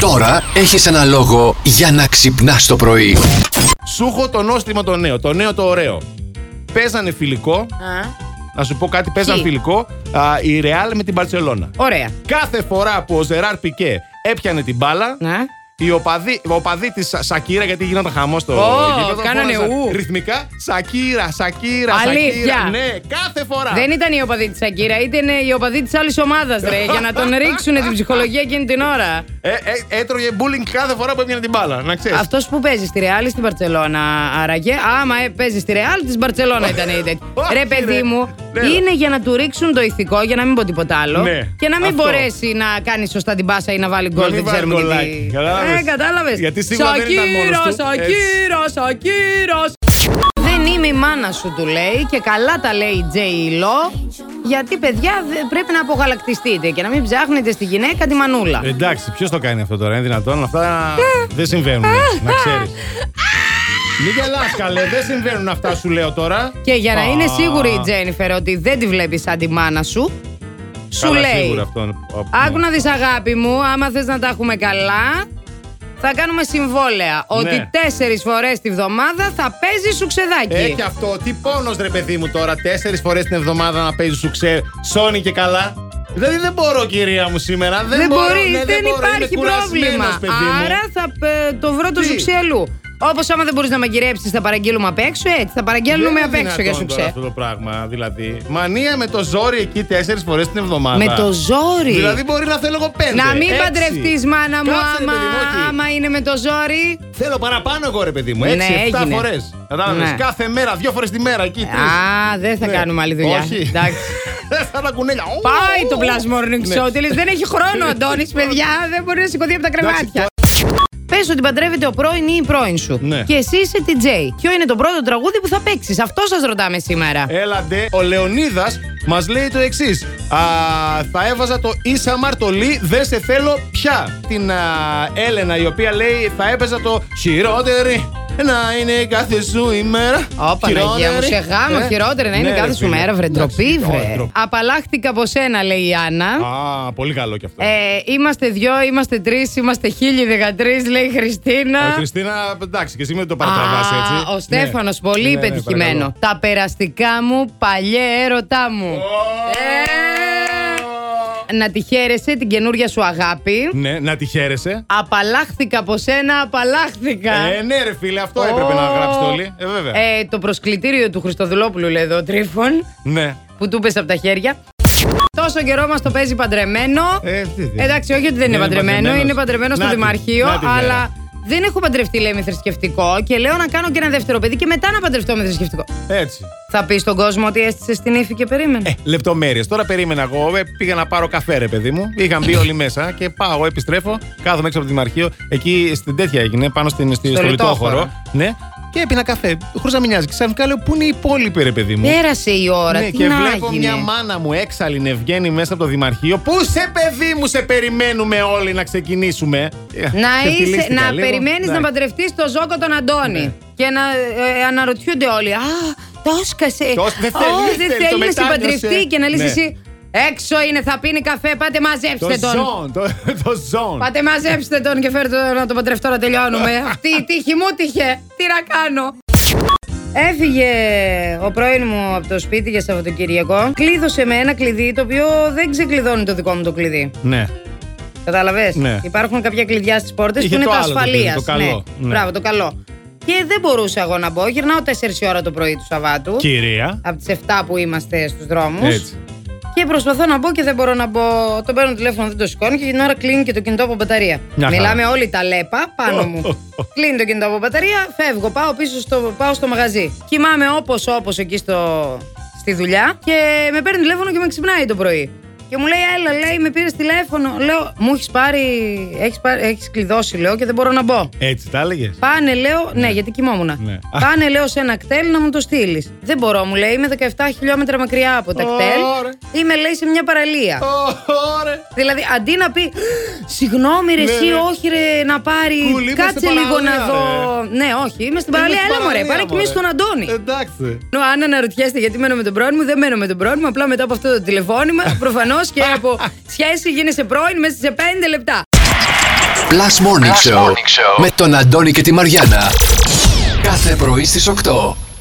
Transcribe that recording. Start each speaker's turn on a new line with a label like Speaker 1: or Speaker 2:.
Speaker 1: Τώρα έχεις ένα λόγο για να ξυπνάς το πρωί.
Speaker 2: Σου έχω το νόστιμα το νέο, το νέο το ωραίο. Παίζανε φιλικό,
Speaker 3: Α,
Speaker 2: να σου πω κάτι, παίζανε
Speaker 3: Ποιοι?
Speaker 2: φιλικό α, η Ρεάλ με την Παρσελώνα.
Speaker 3: ωραία.
Speaker 2: Κάθε φορά που ο Ζεράρ Πικέ έπιανε την μπάλα,
Speaker 3: Να.
Speaker 2: οι οπαδοί, οπαδοί της Σακύρα, γιατί γίνονταν χαμός στο
Speaker 3: Ω,
Speaker 2: γήπεδο,
Speaker 3: κάνανε
Speaker 2: φώναζαν
Speaker 3: ου.
Speaker 2: Ρυθμικά, Σακύρα, Σακύρα, Σακύρα.
Speaker 3: Αλήθεια.
Speaker 2: Ναι, κάθε φορά.
Speaker 3: Δεν ήταν η οπαδή της Ακύρα, ήταν η οπαδή της άλλης ομάδας, ρε. για να τον ρίξουν την ψυχολογία εκείνη την ώρα.
Speaker 2: Ε, ε, έτρωγε bullying κάθε φορά που έπιανε την μπάλα, να ξέρεις.
Speaker 3: Αυτός που παίζει στη Ρεάλ ή στην Παρσελώνα, άραγε. Άμα ε, παίζει στη Ρεάλ, της Μπαρσελόνα ήταν η τέτοια.
Speaker 2: Όχι,
Speaker 3: Ρε, παιδί
Speaker 2: ρε.
Speaker 3: μου,
Speaker 2: Ναι.
Speaker 3: είναι για να του ρίξουν το ηθικό, για να μην πω τίποτα άλλο.
Speaker 2: Ναι,
Speaker 3: Και να μην
Speaker 2: αυτό.
Speaker 3: μπορέσει να κάνει σωστά την πάσα ή να βάλει γκολ.
Speaker 2: μην
Speaker 3: Δεν
Speaker 2: βάλει
Speaker 3: ξέρουμε τι.
Speaker 2: γκολάκι, κατάλαβες.
Speaker 3: Ε, κατάλαβες.
Speaker 2: Γιατί σίγουρα δεν ήταν μόνος του.
Speaker 3: Δεν είμαι η μάνα σου, του λέει και καλά τα λέει η Τζέι Λό. Γιατί, παιδιά, δε- πρέπει να απογαλακτιστείτε και να μην ψάχνετε στη γυναίκα τη μανούλα.
Speaker 2: Εντάξει, ποιος το κάνει αυτό τώρα, είναι δυνατόν. Αυτά δεν συμβαίνουν, να ξέρεις. Μην γελάς καλέ, δεν συμβαίνουν αυτά σου λέω τώρα.
Speaker 3: Και για να
Speaker 2: Α,
Speaker 3: είναι σίγουρη η Τζένιφερ ότι δεν τη βλέπει σαν τη μάνα σου, σου
Speaker 2: καλά,
Speaker 3: λέει.
Speaker 2: σίγουρα ναι. αυτό είναι-
Speaker 3: Άκου να δεις αγάπη μου, άμα θες να τα έχουμε καλά, θα κάνουμε
Speaker 2: Ναι.
Speaker 3: συμβόλαια. Ότι τέσσερις φορές τη βδομάδα θα παίζει σου ξεδάκι.
Speaker 2: Ε, και αυτό, τι πόνος ρε παιδί μου τώρα, τέσσερις φορές την εβδομάδα να παίζει σου ξέ, σώνει και καλά. Δηλαδή δεν μπορώ, κυρία μου, σήμερα. Δεν,
Speaker 3: δεν
Speaker 2: μπορώ,
Speaker 3: μπορεί,
Speaker 2: ναι,
Speaker 3: δεν,
Speaker 2: μπορώ,
Speaker 3: υπάρχει
Speaker 2: είμαι κουρασμένος,
Speaker 3: πρόβλημα.
Speaker 2: Παιδί μου.
Speaker 3: Άρα θα ε, το βρω το
Speaker 2: Τι?
Speaker 3: ζουξέλου. Όπως άμα δεν μπορείς να μαγειρέψει, θα παραγγείλουμε απ' έξω, έτσι. Θα παραγγέλνουμε
Speaker 2: Δεν
Speaker 3: απ'
Speaker 2: είναι
Speaker 3: έξω για
Speaker 2: δυνατόν
Speaker 3: σου
Speaker 2: τώρα Αυτό το πράγμα, δηλαδή. Μανία με το ζόρι εκεί τέσσερις φορές την εβδομάδα.
Speaker 3: Με το ζόρι.
Speaker 2: Δηλαδή μπορεί να θέλω εγώ πέντε.
Speaker 3: να μην
Speaker 2: έξι.
Speaker 3: παντρευτείς, μάνα μου,
Speaker 2: Κάτσε, ρε
Speaker 3: άμα,
Speaker 2: παιδί μου, όχι.
Speaker 3: άμα είναι με το ζόρι.
Speaker 2: Θέλω παραπάνω εγώ, ρε παιδί μου.
Speaker 3: Ναι,
Speaker 2: Έξι-εφτά
Speaker 3: έγινε.
Speaker 2: φορές. Κατάλαβες.
Speaker 3: Ναι.
Speaker 2: Κάθε μέρα, δύο φορές τη μέρα εκεί. τρεις.
Speaker 3: Α, δεν θα
Speaker 2: Ναι.
Speaker 3: κάνουμε άλλη δουλειά.
Speaker 2: Όχι.
Speaker 3: Εντάξει.
Speaker 2: Σαν τα κουνέλια. Ου,
Speaker 3: Πάει
Speaker 2: ου,
Speaker 3: το
Speaker 2: ου.
Speaker 3: Blast Morning
Speaker 2: Ναι.
Speaker 3: Show. τελείως. δεν έχει χρόνο ο Αντώνης, παιδιά. Δεν μπορεί να σηκωθεί από τα κρεβάτια. Πες ότι παντρεύεται ο πρώην ή η πρώην σου.
Speaker 2: Ναι.
Speaker 3: Και εσύ είσαι DJ. Ποιο είναι το πρώτο τραγούδι που θα παίξεις. Αυτό σας ρωτάμε σήμερα.
Speaker 2: Ε, Έλαντε, ο Λεωνίδας μας λέει το εξής. Θα έβαζα το Ίσα Μαρτολί, δεν σε θέλω πια. Την α, Έλενα, η οποία λέει θα έπαιζα το χειρότερη. Να είναι κάθε σου ημέρα.
Speaker 3: Ω Παναγία ναι, μου, σε γάμο
Speaker 2: Ε,
Speaker 3: χειρότερα να είναι
Speaker 2: ναι,
Speaker 3: κάθε
Speaker 2: ρε,
Speaker 3: σου
Speaker 2: φίλε.
Speaker 3: μέρα, βρε
Speaker 2: Εντάξει,
Speaker 3: ντροπή,
Speaker 2: τώρα,
Speaker 3: βρε.
Speaker 2: ντροπή.
Speaker 3: Απαλλάχτηκα από σένα, λέει η Άννα.
Speaker 2: Α, πολύ καλό κι αυτό.
Speaker 3: Ε, είμαστε δυο, είμαστε τρεις, είμαστε χίλιοι δεκατρει, λέει η Χριστίνα.
Speaker 2: Ε, Χριστίνα, εντάξει, και εσύ με το παρατραβάς
Speaker 3: Α,
Speaker 2: έτσι.
Speaker 3: Ο Στέφανος,
Speaker 2: Ναι.
Speaker 3: πολύ
Speaker 2: Ναι, ναι,
Speaker 3: πετυχημένο.
Speaker 2: παρακαλώ.
Speaker 3: Τα περαστικά μου, παλιέ έρωτά μου. Ε, να τη χαίρεσαι την καινούρια σου αγάπη.
Speaker 2: Ναι, να τη χαίρεσαι.
Speaker 3: Απαλλάχθηκα από σένα, απαλλάχθηκα.
Speaker 2: Ε, ναι, ρε φίλε, αυτό έπρεπε να
Speaker 3: Ω.
Speaker 2: γράψετε όλοι. Ε, βέβαια.
Speaker 3: Ε, το προσκλητήριο του Χριστοδουλόπουλου, λέει εδώ ο Τρίφων,
Speaker 2: Ναι.
Speaker 3: που του πέσε από τα χέρια. Τόσο καιρό μας το παίζει παντρεμένο.
Speaker 2: Ε, τι, τι.
Speaker 3: Εντάξει, όχι ότι δεν είναι παντρεμένο,
Speaker 2: παντρεμένος.
Speaker 3: είναι παντρεμένος στο
Speaker 2: Να τη,
Speaker 3: Δημαρχείο,
Speaker 2: να τη,
Speaker 3: αλλά
Speaker 2: Βέρα.
Speaker 3: δεν έχω παντρευτεί, λέει, με θρησκευτικό και λέω να κάνω και ένα δεύτερο παιδί και μετά να παντρευτώ με θρησκευτικό.
Speaker 2: Έτσι.
Speaker 3: Θα πεις στον κόσμο ότι έστησε την ύφη και περίμενε.
Speaker 2: Ε, λεπτομέρειες. Τώρα περίμενα εγώ. ε, πήγα να πάρω καφέ, ρε παιδί μου. Είχαν μπει όλοι μέσα και πάω, επιστρέφω. Κάθομαι έξω από το Δημαρχείο. Εκεί στην τέτοια έγινε, πάνω στην, στη,
Speaker 3: Στο
Speaker 2: στο,
Speaker 3: λιτόχωρο.
Speaker 2: λιτόχωρο. Ναι. Και έπινα καφέ. Χωρίς να μην νοιάζει. Ξαφνικά λέω, Πού είναι οι υπόλοιποι, ρε παιδί μου.
Speaker 3: Πέρασε η ώρα,
Speaker 2: ναι,
Speaker 3: τι
Speaker 2: και
Speaker 3: να
Speaker 2: βλέπω
Speaker 3: γίνει.
Speaker 2: μια μάνα μου έξαλλη να βγαίνει μέσα από το Δημαρχείο. Πού σε παιδί μου σε περιμένουμε όλοι να ξεκινήσουμε. Ε,
Speaker 3: Να, είσαι, να περιμένει να
Speaker 2: παντρευτείς.
Speaker 3: παντρευτεί το ζόκο τον Αντώνη.
Speaker 2: Ναι.
Speaker 3: Και να ε, αναρωτιούνται όλοι. Α, το έσκασε.
Speaker 2: Το έσ- δεν
Speaker 3: Ω,
Speaker 2: θέλει, δεν
Speaker 3: δεν
Speaker 2: θέλει,
Speaker 3: θέλει
Speaker 2: το
Speaker 3: να σε
Speaker 2: μετάνιωσε».
Speaker 3: παντρευτεί και να λύσει
Speaker 2: Ναι.
Speaker 3: εσύ. Έξω είναι, θα πίνει καφέ. Πάτε
Speaker 2: Το
Speaker 3: μαζέψτε τον.
Speaker 2: ζών, το, το ζών.
Speaker 3: Πάτε μαζέψτε τον και φέρτε τον να τον παντρευτώ να τελειώνουμε. Αυτή η τύχη μου τύχε. Τι να κάνω. Έφυγε ο πρώην μου από το σπίτι για Σαββατοκύριακο. Κλείδωσε με ένα κλειδί το οποίο δεν ξεκλειδώνει το δικό μου το κλειδί.
Speaker 2: Ναι.
Speaker 3: Κατάλαβες.
Speaker 2: Ναι.
Speaker 3: Υπάρχουν κάποια κλειδιά στις πόρτες που
Speaker 2: Είχε
Speaker 3: είναι
Speaker 2: το
Speaker 3: τα
Speaker 2: άλλο το
Speaker 3: ασφαλεία.
Speaker 2: κλειδί, το καλό. Ναι.
Speaker 3: Μπράβο, το καλό. Και δεν μπορούσα εγώ να μπω. Γυρνάω 4 η ώρα το πρωί του Σαββάτου.
Speaker 2: Κυρία.
Speaker 3: Από τις 7 που είμαστε στους δρόμους.
Speaker 2: Έτσι.
Speaker 3: Και προσπαθώ να μπω και δεν μπορώ να μπω. Τον παίρνω τηλέφωνο, δεν το σηκώνει και την ώρα κλείνει και το κινητό από μπαταρία.
Speaker 2: Μια χαρά.
Speaker 3: Μιλάμε όλοι τα λέπα πάνω μου. κλείνει το κινητό από μπαταρία, φεύγω, πάω πίσω στο, πάω στο μαγαζί. Κοιμάμαι όπως όπως εκεί στο, στη δουλειά και με παίρνει τηλέφωνο και με ξυπνάει το πρωί. Και μου λέει, έλα, λέει, με πήρες τηλέφωνο. Λέω, μου έχεις πάρει, έχεις, πάρει, έχεις κλειδώσει, λέω, και δεν μπορώ να μπω.
Speaker 2: Έτσι τα έλεγες.
Speaker 3: Πάνε, λέω. Ναι, γιατί κοιμόμουν.
Speaker 2: Ναι.
Speaker 3: Πάνε, λέω, σε ένα κτέλ να μου το στείλεις. Δεν μπορώ, μου λέει. Είμαι 17 χιλιόμετρα μακριά από τα κτέλ.
Speaker 2: Ωραία.
Speaker 3: Είμαι, λέει, σε μια παραλία.
Speaker 2: Ωραία.
Speaker 3: Δηλαδή, αντί να πει Συγγνώμη, ρε,
Speaker 2: Ναι,
Speaker 3: εσύ,
Speaker 2: ναι.
Speaker 3: όχι, ρε, να πάρει.
Speaker 2: Κούλη, είμαι
Speaker 3: Κάτσε
Speaker 2: στην
Speaker 3: λίγο να
Speaker 2: παραλία,
Speaker 3: δω. Ναι, όχι, είμαι στην παραλία.
Speaker 2: Είμαι στην
Speaker 3: Έλα, μωρέ,
Speaker 2: παραλία,
Speaker 3: πάρε και
Speaker 2: μωρέ. Ε,
Speaker 3: εμεί τον Αντώνη.
Speaker 2: Εντάξει.
Speaker 3: Ενώ αν αναρωτιέστε γιατί μένω με τον πρώην μου, δεν μένω με τον πρώην μου. Απλά μετά από αυτό το τηλεφώνημα, προφανώς και από σχέση γίνεσαι πρώην μέσα σε 5 λεπτά.
Speaker 1: Plus Morning, Show, με τον Αντώνη και τη Μαριάνα. Κάθε πρωί στις 8.